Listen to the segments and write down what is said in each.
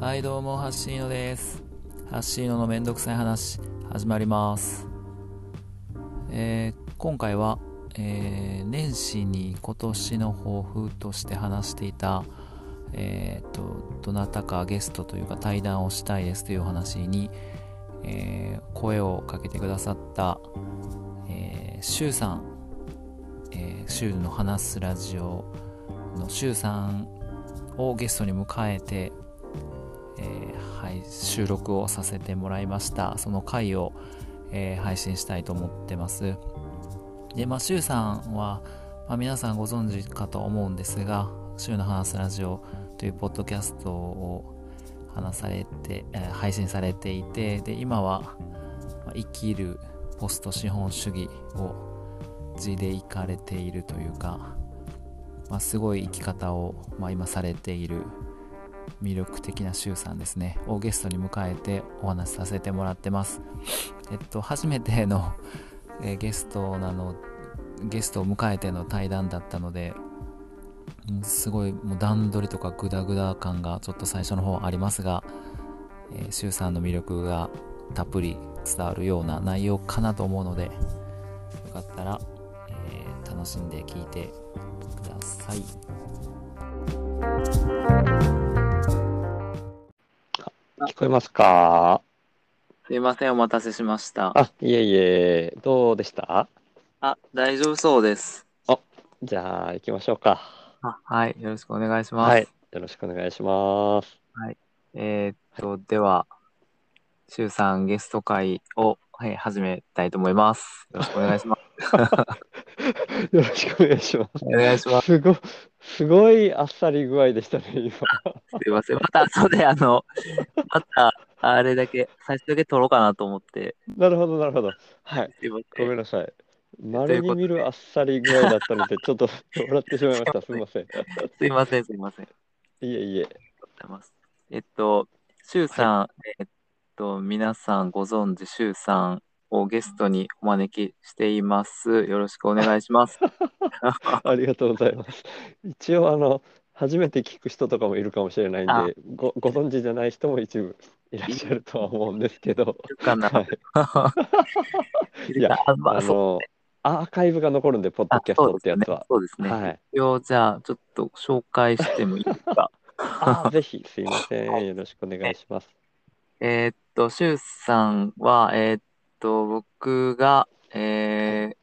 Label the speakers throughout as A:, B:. A: はいどうもハッシーノですハッシーノのめんどくさい話始まります、えー今回は、えー年始に今年の抱負として話していたえーとどなたかゲストというか対談をしたいですというお話に、えー声をかけてくださった、えー、シュウさん、えー、シュウの話すラジオのシュウさんをゲストに迎えてえーはい、収録をさせてもらいましたその回を、えー配信したいと思ってますでまあ柊さんは、まあ、皆さんご存知かと思うんですが「柊の話すラジオ」というポッドキャストを話されて、えー配信されていてで今はまあ生きるポスト資本主義を地で行かれているというか、まあ、すごい生き方を、まあ、今されている魅力的な周さんですねをゲストに迎えてお話しさせてもらってますえっと初めての、えーゲストなのゲストを迎えての対談だったのでうんすごいもう段取りとかグダグダ感がちょっと最初の方ありますが、えー、周さんの魅力がたっぷり伝わるような内容かなと思うのでよかったら、えー楽しんで聞いてください
B: 聞こえますか
A: すいませんお待たせしました
B: あ、いえいえ、どうでした
A: あ、大丈夫そうです。
B: じゃあ、行きましょうか。
A: あはい、よろしくお願いします。
B: はい。よろしくお願いします。
A: えーっと、では、しゅうさんゲスト会を、はい、始めたいと思います。よろしくお願いします。
B: よろしく お願いしま。
A: お願いします
B: すご、すごいあっさり具合でしたね、今。
A: す。すいません。また後で、あの、また、あれだけ、最初だけ撮ろうかなと思って、
B: なるほど、なるほど。はい。
A: すいませ
B: ご
A: ん。
B: めんなさい。まれに見るあっさり具合だっ たので、ちょっと笑ってしまいました。すみません。い
A: すいません、すいません。ありがと
B: えいえ。
A: うございます。えっと、しゅうさん、えっと、皆さんご存知、しゅうさんをゲストにお招きしています。よろしくお願いし ます。
B: ありがとうございます。一応、あの、初めて聞く人とかもいるかもしれないんで、ごご存知じゃない人も一部いらっしゃるとは思うんですけど。
A: いるかな
B: はい、いや
A: あま
B: あ
A: あ、そう
B: のアーカイブが残るんで、ポッド
A: あ
B: キャス
A: そうで
B: トっ
A: す
B: てやつ
A: ね
B: は。
A: そうですね。
B: はい。
A: 一応じゃあ、ちょっと紹介してもいいですか。
B: あぜひ、すいま せん。よろしくお願いします。
A: えーっと、シュウさんは、えーっと、僕が、えー、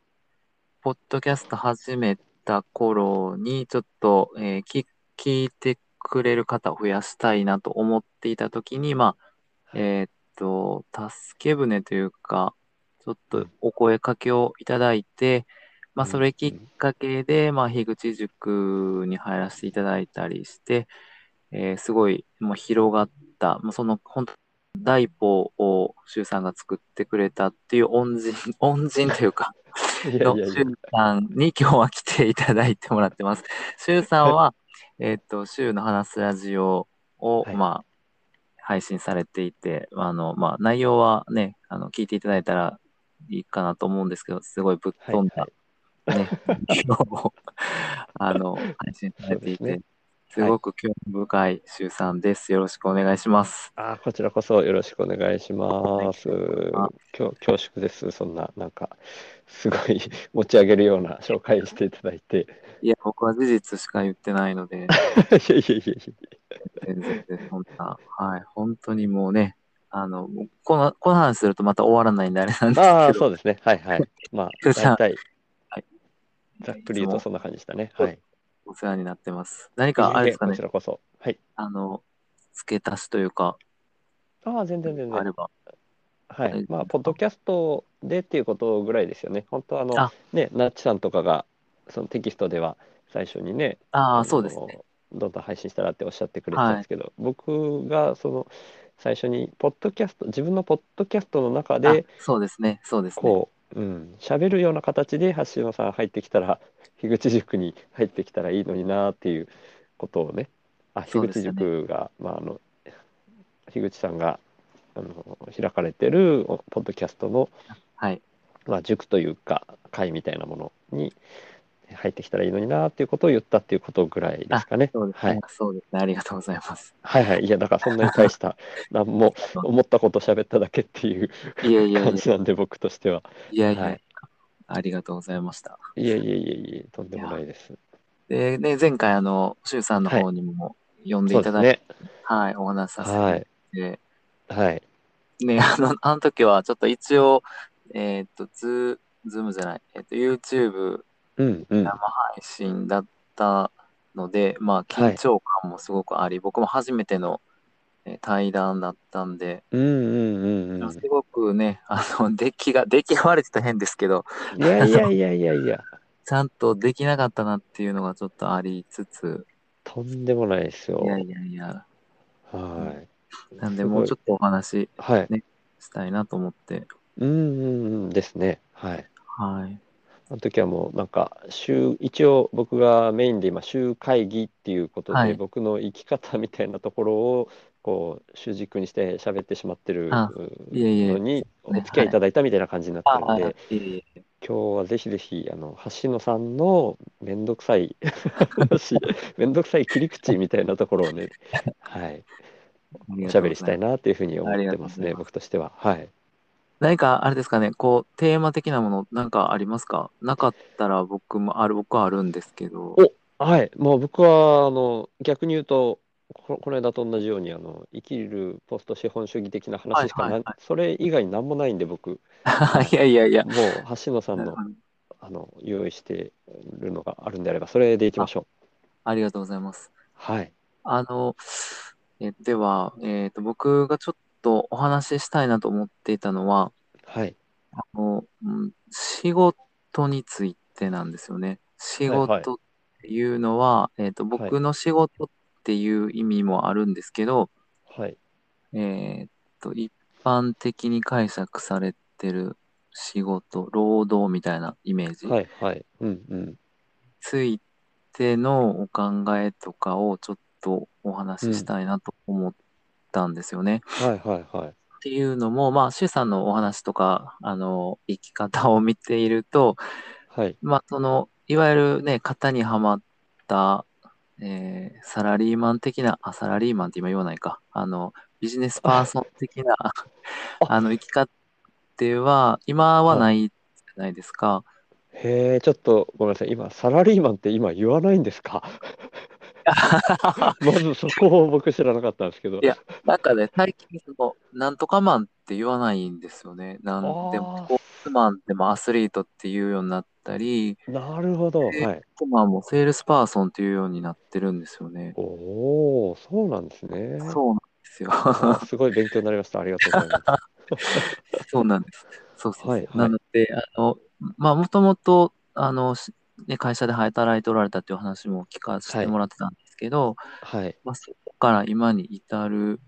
A: ポッドキャスト始めた頃に、ちょっと、えーき聞いてくれる方を増やしたいなと思っていたときに、まあ、えーっと、助け舟というか、ちょっとお声かけをいただいて、まあ、それきっかけで、まあ、樋口塾に入らせていただいたりして、えーすごい、もう広がった、もうその、本当第一歩を周さんが作ってくれたっていう恩人、 恩人というか、
B: いや
A: の
B: いやい
A: 周さんに今日は来ていただいてもらって ます。周さんは、えーっと、周の話すラジオを、
B: はい
A: まあ、配信されていて、あの、まあ、内容はね、あの、聞いていただいたらいいかなと思うんですけど、すごいぶっ
B: や。
A: 飛
B: は
A: ん
B: い
A: だ、ね、今日も、 あの、配信されてい
B: そうです
A: て
B: ね、
A: すごく興味深い周さんです。よろしくお願いします。
B: あこちらこそよろしくお願いします。きょ恐縮です。そんな、なんか、すごい 持ち上げるような紹介していただいて。
A: いや、僕は事実しか言ってないので、
B: いやいやいやい
A: 全然、そんな、はい、本当にもうね、あの、もうこの、この話するとまた終わらないんであれなんですけ
B: や。
A: ど、
B: ああ、そうですね。はいはい。まあ、
A: よっしゃ
B: 大体
A: はい、
B: ざっくり言うとそんな感じでしたね。
A: そう
B: はい。
A: お世話になってます。何か、あれですか
B: いえい
A: ね
B: えこち、らこそ。はい。
A: あの、付け足しというか、
B: ああ、全然全然
A: あ。れば。
B: は
A: はい
B: い、まあ、ポッドキャストでっていうことぐらいですよね。本当あの
A: あ
B: ね、なっちさんとかがそのテキストでは最初にね、
A: あ
B: の
A: あ、そうですね。
B: どんどん配信したらっておっしゃってくれてたんですけど、僕がその最初にポッドキャスト自分のポッドキャストの中
A: あ
B: で
A: そうですね、そうですね。
B: こう、うん、喋るような形で橋野さん入ってきたら 樋口塾に入ってきたらいいのになっていうことをねあ
A: そう
B: 樋
A: です
B: 口
A: ね
B: 塾が、まあ、あの樋口さんがあの開かれてるおポッドキャストの、
A: はい。
B: まあ、塾というか会みたいなものに入ってきたらいいのになっていうことを言ったっていうことぐらいですかね。
C: そうです
B: は
C: ね、
B: い
C: そうですね。ありがとうございます。
B: はいはい。いや、だからそんなに大した、何 も思ったこと喋っただけっていう
C: いやいやいや
B: 感じなんで、僕としては。
C: いやいや、
B: はい
C: ありがとうございました。
B: いやいやいやいや、とんでもないです。
C: で、ね、前回、あの、周さんの方にも呼んで
B: そう
C: い
B: で
C: た
B: す
C: だいて、
B: ね。
C: はい、お話しさせても
B: は
C: らっ
B: い。
C: て、
B: はい。
C: ね、 あの、あの時は、ちょっと一応、えーっと、ズー、ズームじゃない、えーっと、YouTube
B: うんうん。
C: 配信だったので、まあ、緊張感もすごくあり、僕も初めての、えー対談だったんで、
B: うんうんうんうん
C: す。ごくね、あの、 出来が、出来が悪いって言ったら変ですけど、
B: いやいやいやいやい や、
C: ちゃんとできなかったなっていうのがちょっとありつつ、
B: とんでもないですよ
C: い。やいやいや、
B: はい。
C: なんでもうちょ
B: っ
C: っとお話
B: と。はい。
C: したいなと思って、
B: うんうんうんですね。はい。
C: はい。
B: あの時はもうなんか週一応僕がメインで今週会議っていうことで、
C: はい
B: 僕の生き方みたいなところをこう主軸にして喋ってしまってる
C: あいえいえ
B: のにお付き合いいただいたみたいな感じになってるんで、
C: はいええ
B: 今日はぜひぜひあの橋野さんのめんどくさい 話めんどくさい切り口みたいなところをね、はい、
C: あ
B: お
C: りが
B: し
C: と
B: ゃ
C: うございます
B: べりしたいなっていうふうに思ってます
C: あ
B: ね
C: りがとうございます
B: 僕としては。はい
C: 何かあれですかね、こう、テーマ的なもの、なんかありますかなかったら僕もある、僕はあるんですけど。
B: はい、もう僕はあの逆に言うとこ、この間と同じようにあの生きるポスト資本主義的な話しか
C: はい
B: な
C: はいい
B: それ以外何もないんで僕、
C: いやいやいや。
B: もう橋野さんの
C: なるほど
B: あの用意してるのがあるんであれば、それでいきましょう。
C: ありがとうございます。
B: はい、
C: あの、えでは、えっ、と、僕がちょっとお話ししたいなと思っていたのは、
B: はい、
C: あの、うん仕事についてなんですよね。仕
B: はい
C: 事っていうのは、えっ、と、
B: はい
C: 僕の仕事っていう意味もあるんですけど、
B: はい、
C: えっ、と、一般的に解釈されてる仕事、労働みたいなイメージに
B: はい、はい、うん、うん、
C: ついてのお考えとかをちょっとお話ししたいなと思ったんですよね。
B: はい、はい、はい、
C: っていうのも、まあ、シュウさんのお話とか、あの、生き方を見ていると、
B: はい、
C: まあ、その、いわゆるね、型にはまった、えーサラリーマン的な、あ、サラリーマンって今言わないか、あの、ビジネスパーソン的な、あの、生き方は、今はないじゃないですか。
B: へえ、ちょっとごめんなさい、今、サラリーマンって今言わないんです かまずそこを僕知らなかったんですけど。
C: いやなんかね、最近その、なんとかマンって言わないんですよね。なんで
B: あ
C: も、
B: ー
C: スポーツマンでもアスリートっていうようになったり、
B: なるほど、はい。
C: スポーツマンもセールスパーソンっていうようになってるんですよね。
B: おお、そうなんですね。
C: そうなんですよ。
B: あすごい勉強になりました。ありがとうございます。
C: そうなんです。そうそうそう
B: はいはい
C: なので、あの、まあ、もともと、あの、しね、会社で働いておられたっていう話も聞かせてもらってたんですけど、
B: はい。
C: まあ、そこから今に至る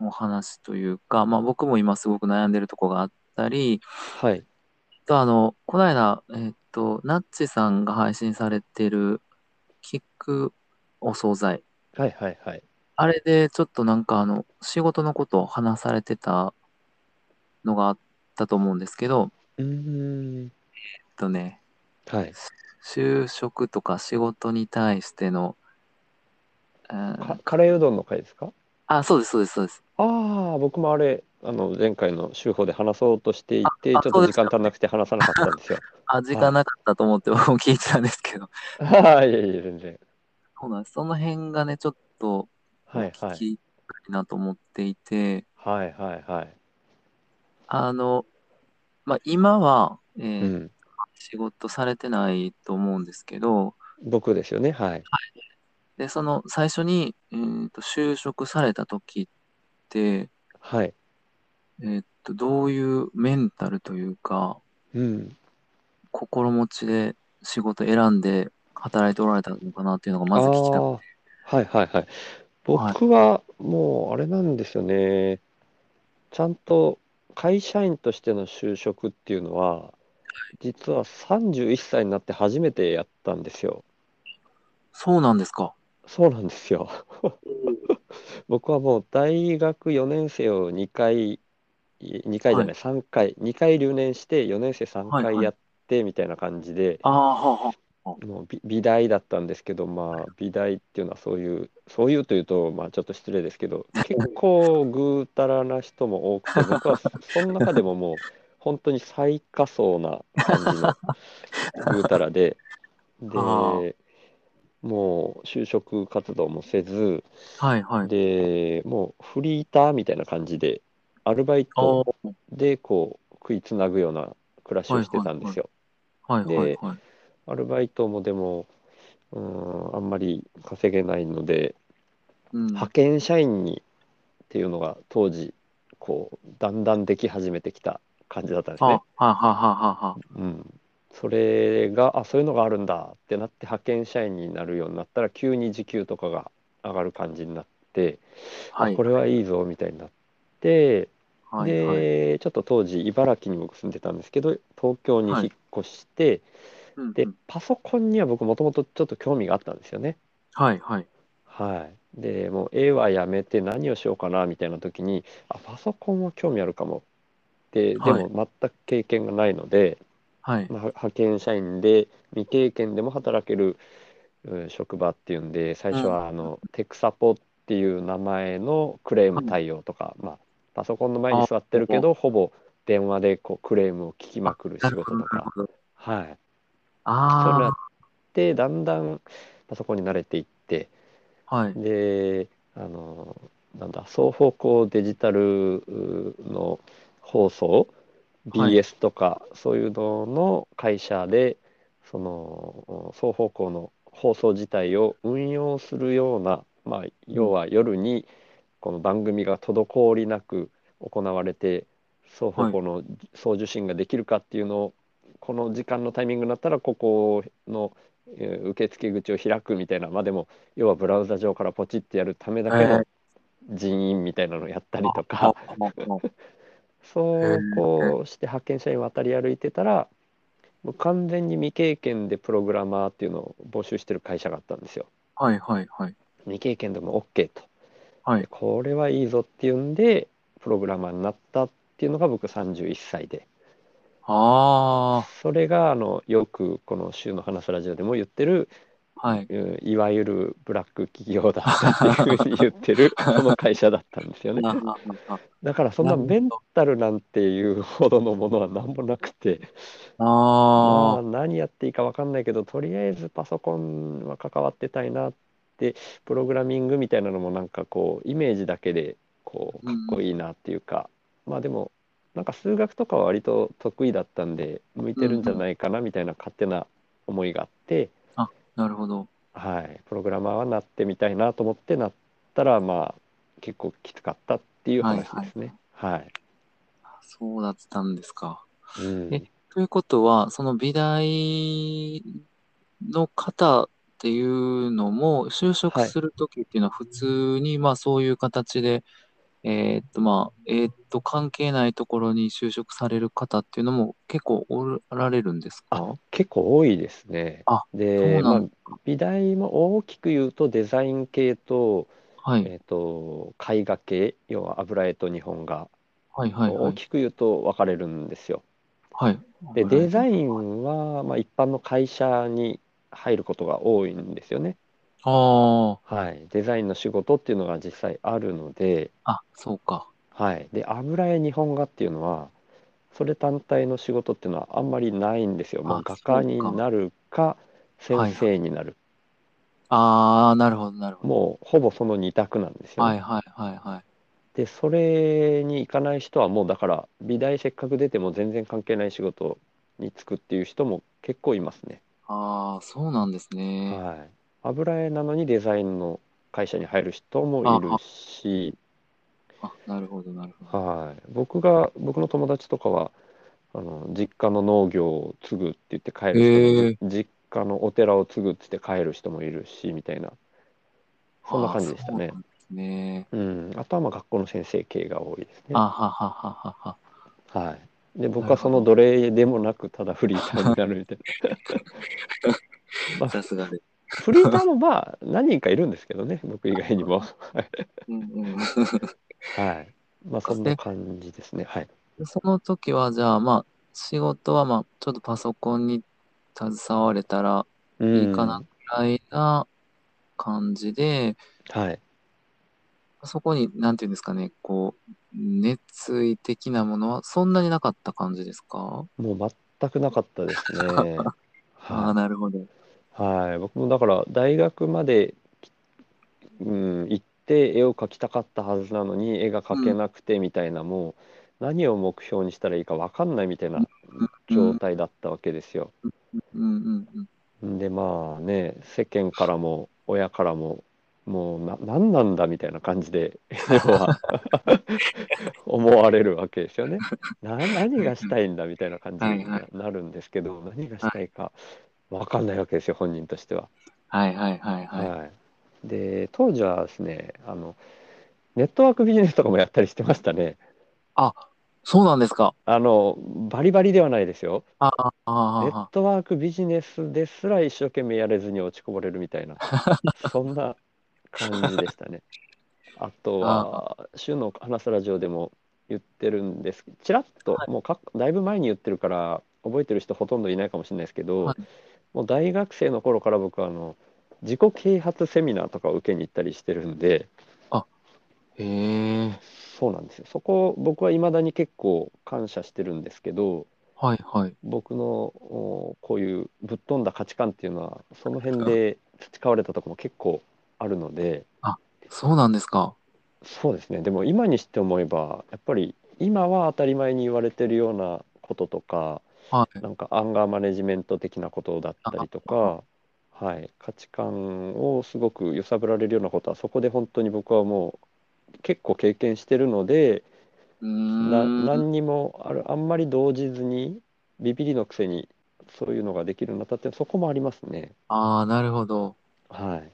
C: お話というか、まあ、僕も今すごく悩んでるとこがあったり、
B: はい。
C: あとあの、この間、えーっと、ナッチさんが配信されてる、キックお惣菜。
B: はい。はい。はい。
C: あれで、ちょっとなんかあの、仕事のことを話されてたのがあったと思うんですけど、
B: うーん。
C: えっとね、
B: はい。
C: 就職とか仕事に対しての、うん
B: かカレーうどんの回ですか
C: あ、そうです、そうです、そうです。
B: ああ、僕もあれ、あの、前回の週報で話そうとしていて、ちょ
C: あ
B: っと
C: そう
B: 時
C: です
B: 間足んなくて話さなかったん ですよ。
C: あ、時間なかったと思って僕も聞いてたんですけど、
B: はい。いやいや、全然。
C: そうなんです。その辺がね、ちょっと、
B: はい。
C: 聞
B: はい。
C: きたいなと思っていて、
B: はい。はい。はい。
C: あの、まあ、今は、え
B: う
C: ー
B: ん。
C: 仕事されてないと思うんですけど、
B: 僕ですよね。はい。
C: で、その最初に、えーと、就職された時って、
B: はい。
C: えーと、どういうメンタルというか、
B: うん。
C: 心持ちで仕事選んで働いておられたのかなっていうのが
B: あ
C: まず聞きたく
B: ーはいはいはい。僕はもうあれなんですよね。ちゃんと会社員としての就職っていうのは、実は31歳になって初めてやったんですよ。
C: そうなんですか。
B: そうなんですよ。 僕はもう大学4年生を2回、2回じゃない、3回、2回留年して4年生3
C: はい
B: 回
C: はい
B: やってみたいな感じで、
C: ああ、はあはあ。
B: もう美美大だったんですけど、まあ、美大っていうのはそういう、そういうというと、まあ、ちょっと失礼ですけ ど、結構ぐうたらな人も多くて、僕はその中でももう、本当に最下層な感じの ぐうたらで、
C: あ
B: で、もう就職活動もせず、
C: はいはい。
B: で、もうフリーターみたいな感じで、アルバイ
C: お
B: トでこう食いつなぐような暮らしをしてたんですよ。
C: はいはい
B: で
C: はい。
B: アルバイトもでも、うーん、あんまり稼げないので、
C: うん、
B: 派遣社員にっていうのが当時、こう、だんだんでき始めてきた感じだったんです
C: あ、は
B: ね。
C: あはあはあは
B: うん。それが、あ、そういうのがあるんだってなって、派遣社員になるようになったら、急に時給とかが上がる感じになって、
C: あ。はい。
B: これはいいぞみたいになって、
C: はい
B: で、
C: はい。
B: ちょっと当時茨城に僕住んでたんですけど東京に引っ越して、
C: うんう
B: で
C: ん
B: パソコンには僕もともとちょっと興味があったんですよね。
C: はいはい。
B: はい、でもう絵はやめて何をしようかなみたいな時にあパソコンは興味あるかもってで
C: はい
B: も全く経験がないので、
C: はい。
B: まあ派遣社員で未経験でも働けるうん職場っていうんで最初はあの、テクサポっていう名前のクレーム対応とか、まあ、パソコンの前に座ってるけどほぼ電話でこうクレームを聞きまくる
C: な
B: 仕
C: るほ
B: 事
C: ど、
B: と
C: なる
B: か、
C: ほど。
B: はい、それやっ
C: あ
B: てだんだんパソコンに慣れていって
C: あ、はい。
B: であのなんだ双方向デジタルうの放送
C: はい
B: BS とかそういうのの会社でその双方向の放送自体を運用するような、まあ、要は夜にこの番組が滞りなく行われて双方向の送受信ができるかっていうのをこの時間のタイミングになったらここのえー受付口を開くみたいなまあでも要はブラウザ上からポチってやるためだけ
C: へ
B: の人員みたいなのをやったりと
C: あ
B: か、
C: ああ
B: そうこうして派遣社員渡り歩いてたらもう完全に未経験でプログラマーっていうのを募集してる会社があったんですよ。
C: あはいはいはい。
B: 未経験でも OK と。
C: はい
B: でこれはいいぞっていうんでプログラマーになったっていうのが僕31歳で。
C: あ
B: それがあのよくこの「週の話ラジオ」でも言ってる
C: あ、はい。
B: うんいわゆるブラック企業だったっていうふうに言ってるその会社だったんですよね
C: あああ
B: だからそんなメンタルなんていうほどのものは何もなくてま
C: あ
B: あ何やっていいか分かんないけどとりあえずパソコンは関わってたいなってプログラミングみたいなのもなんかこうイメージだけでこうかっこいいなっていうか、まあでもなんか数学とかは割と得意だったんで向いてるんじゃないかなみたいな勝手な思いがあって。
C: あ、なるほど。
B: はい、プログラマーはなってみたいなと思ってなったら、まあ、結構きつかったっていう話ですね。はい。
C: そうだったんですか。
B: うん
C: えということは、その美大の方っていうのも、就職
B: はい
C: するときっていうのは、普通に、まあそういう形で、えーっと、まあ、えーっと、関係ないところに就職される方っていうのも結構おられるんです
B: あ
C: か
B: 結構多いですね。
C: あ
B: で、
C: そうな
B: まあ
C: ん、
B: 美大も大きく言うとデザイン系と、
C: はい、
B: えっと、絵画系、要は油絵と日本画、
C: はい、はい、は
B: 大
C: い。
B: きく言うと分かれるんですよ。
C: はい。
B: で、デザ
C: ン。
B: インは、まあ、一般の会社に入ることが多いんですよね。
C: あ
B: はい。デザインの仕事っていうのが実際あるので、
C: あ、あ、そうか。
B: はい、で油絵日本画っていうのはそれ単体の仕事っていうのはあんまりないんですよ。もう
C: あ
B: 画
C: そう
B: 家
C: か
B: になるか
C: は
B: 先
C: い
B: 生になる、
C: ああ、なるほど、なるほど。
B: もうほぼその二択なんですよ
C: は
B: ね。
C: い、はい、はい、はい。
B: でそれに行かない人はもうだから美大せっかく出ても全然関係ない仕事に就くっていう人も結構いますね。
C: ああ、そうなんですね。
B: はい、油絵なのにデザインの会社に入る人もいるし。
C: あ、なるほど、なるほど。
B: はい、僕が僕の友達とかはあの実家の農業を継ぐって言って帰る人も
C: へえ
B: 実家のお寺を継ぐって言って帰る人もいるしみたいなそんな感じでした
C: あー
B: ね
C: そうなんですね。
B: うん、あとはまあ学校の先生系が多いですね
C: あははははは。
B: はいで僕は
C: なるほ
B: そ
C: ど
B: の奴隷でもなくただフリーターになるみたい
C: さすがで。
B: なフリーターもまあ何人かいるんですけどね僕以外にも
C: うんうん、
B: はいまあそんな感じですねはい
C: その時は、じゃあ、まあ、仕事は、まあ、ちょっとパソコンに携われたら、
B: うん
C: いいかなぐらいな感じで、
B: はい。
C: そこに、なんていうんですかね、こう、熱意的なものはそんなになかった感じですか
B: もう全くなかったです ね。
C: ああ、
B: は
C: なるほど。
B: い。はい。僕もだから大学まで、うん、行って絵を描きたかったはずなのに絵が描けなくてみたいな、もう何を目標にしたらいいか分かんないみたいな状態だったわけですよ。
C: うんうんうん。
B: でまあね世間からも親からももうな何なんだみたいな感じで 要は思われるわけですよね。な何がしたいんだみたいな感じに
C: はいは
B: なるんですけど何がしたいか分かんないわけですよ本人としては。
C: はいはいはいはい。
B: はい、で当時はですねあのネットワークビジネスとかもやったりしてましたね。
C: そうなんですか。
B: あのバリバリではないですよ。
C: ああ、あ
B: ネ
C: ー
B: ッ
C: あ
B: トワークビジネスですら一生懸命やれずに落ちこぼれるみたい なそんな感じでしたね。あとは「週の話すラジオ」でも言ってるんですちらっと
C: はい
B: もうかだいぶ前に言ってるから覚えてる人ほとんどいないかもしれないですけど、
C: はい
B: もう大学生の頃から僕はあの自己啓発セミナーとかを受けに行ったりしてるんで
C: ーへえ。
B: そうなんですよそこ僕はいまだに結構感謝してるんですけど。
C: はいはい。
B: 僕のおこういうぶっ飛んだ価値観っていうのはその辺で培われたとこも結構あるので
C: そうなんですか。
B: そうですねでも今にして思えばやっぱり今は当たり前に言われてるようなこととか
C: はい。
B: なんかアンガーマネジメント的なことだったりとか、はい、価値観をすごく揺さぶられるようなことはそこで本当に僕はもう結構経験してるので、
C: うー。
B: なん何にもあるあんまり動じずにビビりのくせにそういうのができるようになったってそこもありますね
C: ああ、なるほど。
B: はい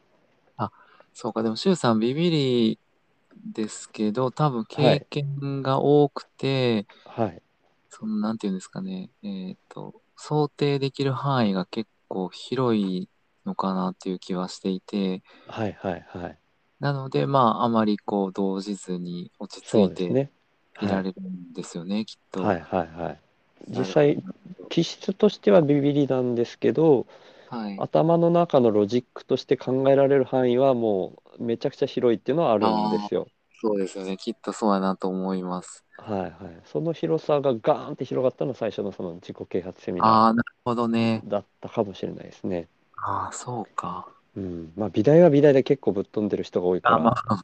C: そうか、でも、シュウさん、ビビリですけど、多分
B: はい
C: 経験が多くて、
B: はい
C: その、なんていうんですかね、えっと、想定できる範囲が結構広いのかなっていう気はしていて、
B: はいはいはい
C: なので、まあ、あまりこう、動じずに落ち
B: そう
C: 着い
B: です
C: て
B: ねはい
C: ら
B: い
C: れるんですよね、きっと。
B: はいはいはい実
C: なるほど
B: 際気質としてはビビりなんですけど
C: はい。
B: 頭の中のロジックとして考えられる範囲はもうめちゃくちゃ広いっていうのはあるんですよ
C: そうですよね。きっとそうやなと思います。
B: はいはいその広さがガーンって広がったのは最初のその自己啓発セミナ
C: ああ、なるほどね。
B: ーだったかもしれないですね
C: ああ、そうか。
B: うん、まあ美大は美大で結構ぶっ飛んでる人が多いか
C: あま
B: ら
C: あ、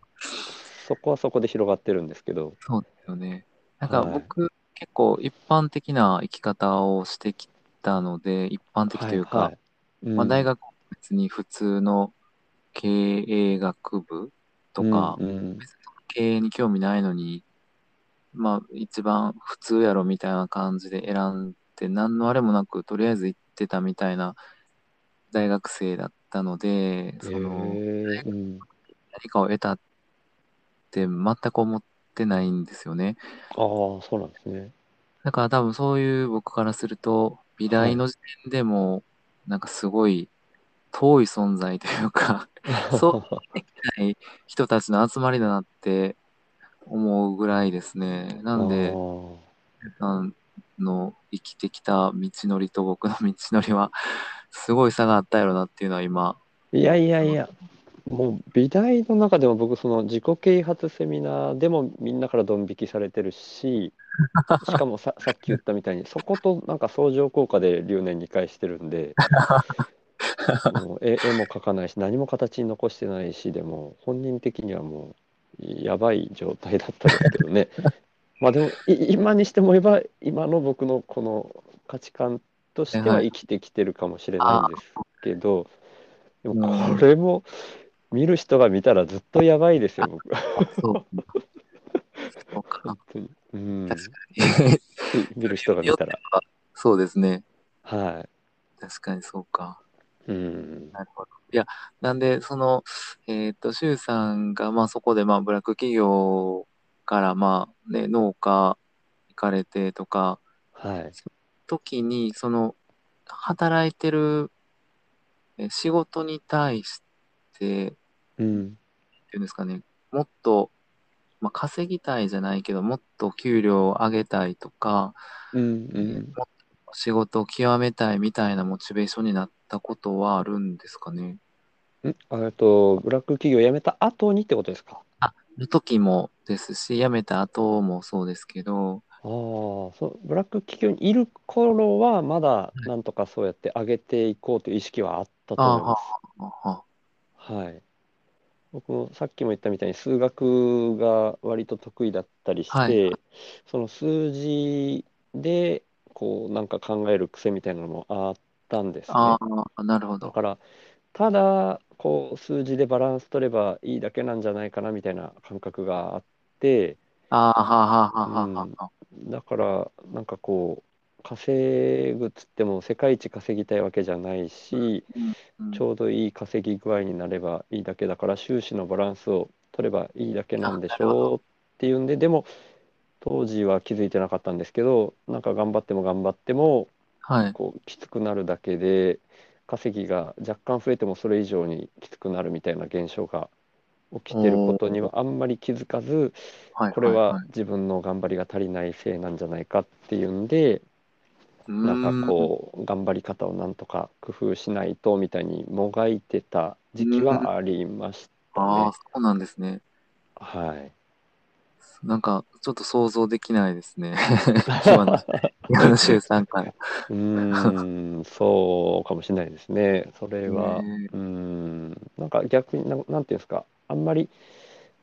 B: そこはそこで広がってるんですけど
C: そうですよね。なんか
B: はい
C: 僕、結構一般的な生き方をしてきたので、一般的というか、
B: ははい
C: まあ、大
B: 学
C: 学も別に普通の経営学部とか、
B: うんうん
C: 経営に興味ないのに、まあ一番普通やろみたいな感じで選んで、何のあれもなく、とりあえず行ってたみたいな大学生だったので、その、
B: へえうん、
C: 何かを得たって全く思ってないんですよね。
B: ああそうなんですね
C: だから多分そういう僕からすると、美大の時点でも、なんかすごい遠い存在という か、そうない人たちの集まりだなって思うぐらいですね。
B: う
C: な んで、あの、生きてきた道のりと僕の道のりは、すごい差があったやろなっていうのは今、
B: いやいやいやもう美大の中でも僕その自己啓発セミナーでもみんなからドン引きされてるししかもささっき言ったみたいにそことなんか相乗効果で留年2回してるんでもう絵絵も描かないし何も形に残してないしでも本人的にはもうやばい状態だったんですけどねまあでもい今にしても言えば今の僕のこの価値観としては生きてきてるかもしれないんですけどでもこれも見る人が見たらずっとやばいですよ僕
C: そう。そうか
B: 本。当に。うん
C: 確かに。
B: 見る人が見たら。
C: そうですね。
B: は
C: 確かにそうか。
B: い。うん。
C: なるほど。いや、なんで、その、えっ、と、周さんが、まあ、そこで、まあ、ブラック企業から、まあ、ね、農家行かれてとか、
B: はい。
C: 時に、その、働いてるえ仕事に対して、
B: うん。
C: っていうんですかね、もっと、まあ、稼ぎたいじゃないけど、もっと給料を上げたいとか、
B: うん。うん。
C: 仕事を極めたいみたいなモチベーションになったことはあるんですかね。
B: んあえっと、ブラック企業辞めた後にってことですか
C: の時もですし、辞めた後もそうですけど、
B: ああ、そう、ブラック企業にいる頃は、まだなんとかそうやって上げていこうという意識はあったと思います。
C: あは
B: はい。僕もさっきも言ったみたいに数学が割と得意だったりして、
C: はい
B: その数字でこうなんか考える癖みたいなのもあったんですね。
C: ああ、なるほ
B: だ
C: ど。
B: からただこう数字でバランス取ればいいだけなんじゃないかなみたいな感覚があって、
C: ああ、はははははは。
B: だからなんかこう稼ぐっつっても世界一稼ぎたいわけじゃないし、
C: うん
B: ちょうどいい稼ぎ具合になればいいだけだから収支のバランスを取ればいいだけなんでし
C: あなるほ
B: ょうっていうんででも当時は気づいてなかったんですけどなんか頑張っても頑張っても
C: はい。
B: こうきつくなるだけで稼ぎが若干増えてもそれ以上にきつくなるみたいな現象が起きてることにはあんまり気づかず
C: はい。
B: これ
C: い
B: はい
C: い
B: 自分の頑張りが足りないせいなんじゃないかっていうんで
C: うー
B: なんかこう頑張り方をなんとか工夫しないとみたいにもがいてた時期はありました
C: あ
B: ね
C: あ、。そうなんですね。
B: はい。
C: なんか、ちょっと想像できないで すね。今の、今の週3回。
B: うーん、そうかもしれないですね。それは。
C: ね
B: うーん、なんか逆にな、なんていうんですか、あんまり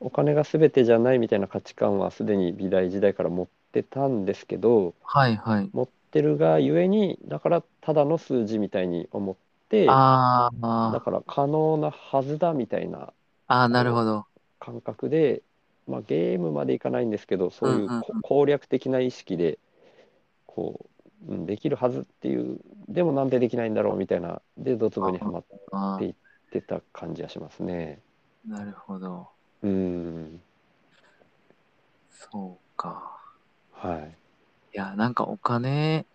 B: お金が全てじゃないみたいな価値観はすでに美大時代から持ってたんですけど、
C: はいはい。
B: 持ってるがゆえに、だからただの数字みたいに思って、だ
C: あーあー、
B: から可能なはずだみたいな
C: ああ、なるほど。
B: 感覚で、まあ、ゲームまでいかないんですけど、そういう
C: うんうんうん
B: こ攻略的な意識で、こう、うん、できるはずっていう、でもなんでできないんだろうみたいな、で、ドツボにはまっ
C: あ
B: でてた感じがしますね。
C: あ、なるほど。
B: うーん。
C: そうか。
B: はい。
C: いや、なんかお金、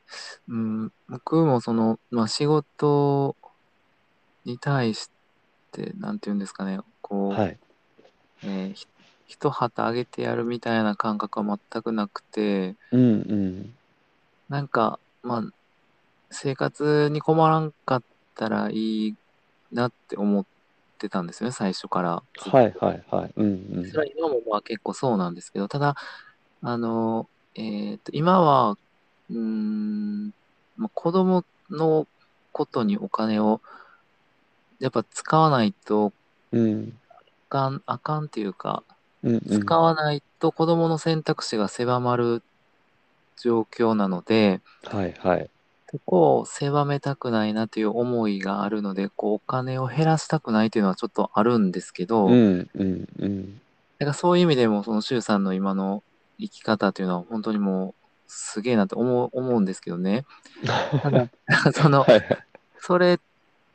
C: うん、僕もその、まあ、仕事に対して、なんていうんですかね、こう、
B: はい。
C: えーひ一旗あげてやるみたいな感覚は全くなくて、
B: うんうん。
C: なんか、まあ、生活に困らんかったらいいなって思ってたんですよね、最初から。
B: はいはいはい。うんうん
C: そ。れは今もまあ結構そうなんですけど、ただ、あの、えーと、今は、うーん、まあ、子供のことにお金を、やっぱ使わないと
B: うん
C: あかん、あかんっていうか、
B: うんうん。
C: 使わないと子供の選択肢が狭まる状況なので、
B: はいはい。
C: そこを狭めたくないなという思いがあるので、こう、お金を減らしたくないというのはちょっとあるんですけど、
B: うんうんうん。
C: だからそういう意味でも、その周さんの今の生き方というのは本当にもうすげえなって思う思うんですけどね。ただ その、
B: はい
C: それ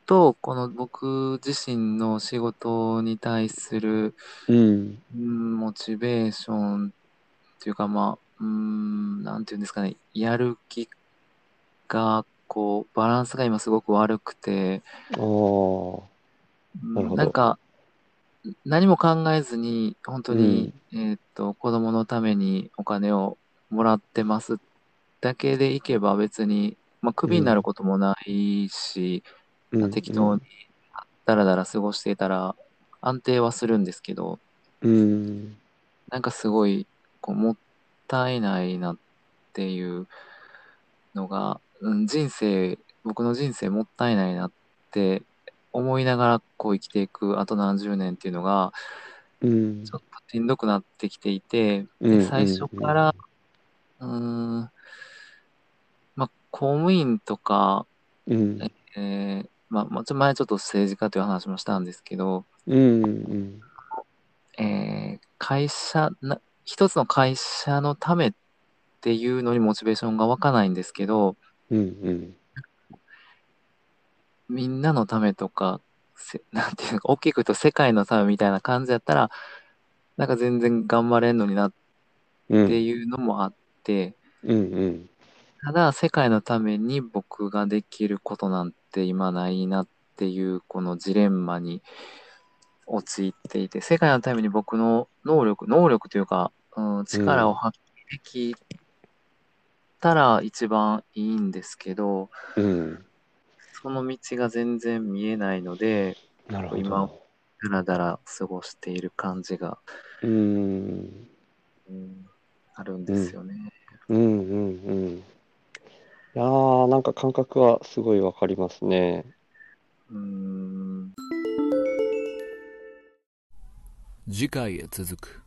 C: と、この僕自身の仕事に対する、
B: うん。
C: うんモチベーションっていうか、まあ、うん、なんていうんですかね、やる気が、こう、バランスが今すごく悪くて、
B: ああ。な
C: うん
B: るほど
C: なんか、何も考えずに、本当に、えーっと、子供のためにお金をもらってますだけでいけば別に、まあ、クビになることもないし、
B: うん
C: まあ適当に、だらだら過ごしていたら、安定はするんですけど、
B: うん。
C: なんかすごい、こう、もったいないなっていうのが、うん、人生、僕の人生もったいないなって思いながら、こう生きていく、あと何十年っていうのが、
B: うん。
C: ちょっとしんどくなってきていて、
B: うん
C: で、最初から、うーん、まあ、公務員とか、
B: うん
C: えー、まあ、まあちょ前ちょっと政治家という話もしたんですけど、
B: うんうん。
C: えー会社な、一つの会社のためっていうのにモチベーションが湧かないんですけど、
B: うんうん。
C: みんなのためとか、せなんていうのか、大きく言うと世界のためみたいな感じやったら、なんか全然頑張れんのになっ
B: うん
C: ていうのもあって、
B: うんうん。
C: ただ世界のために僕ができることなんて今ないなっていうこのジレンマに陥っていて、世界のために僕の能力、能力というか、うん、力を発揮できたら一番いいんですけど、
B: うん。
C: その道が全然見えないので、
B: なるほ
C: 今
B: ど。
C: だらだら過ごしている感じが、
B: うん。
C: うんあるんですよね。
B: うんうんうん。いやー、なんか感覚はすごいわかりますね。
C: うん
A: 次回へ続く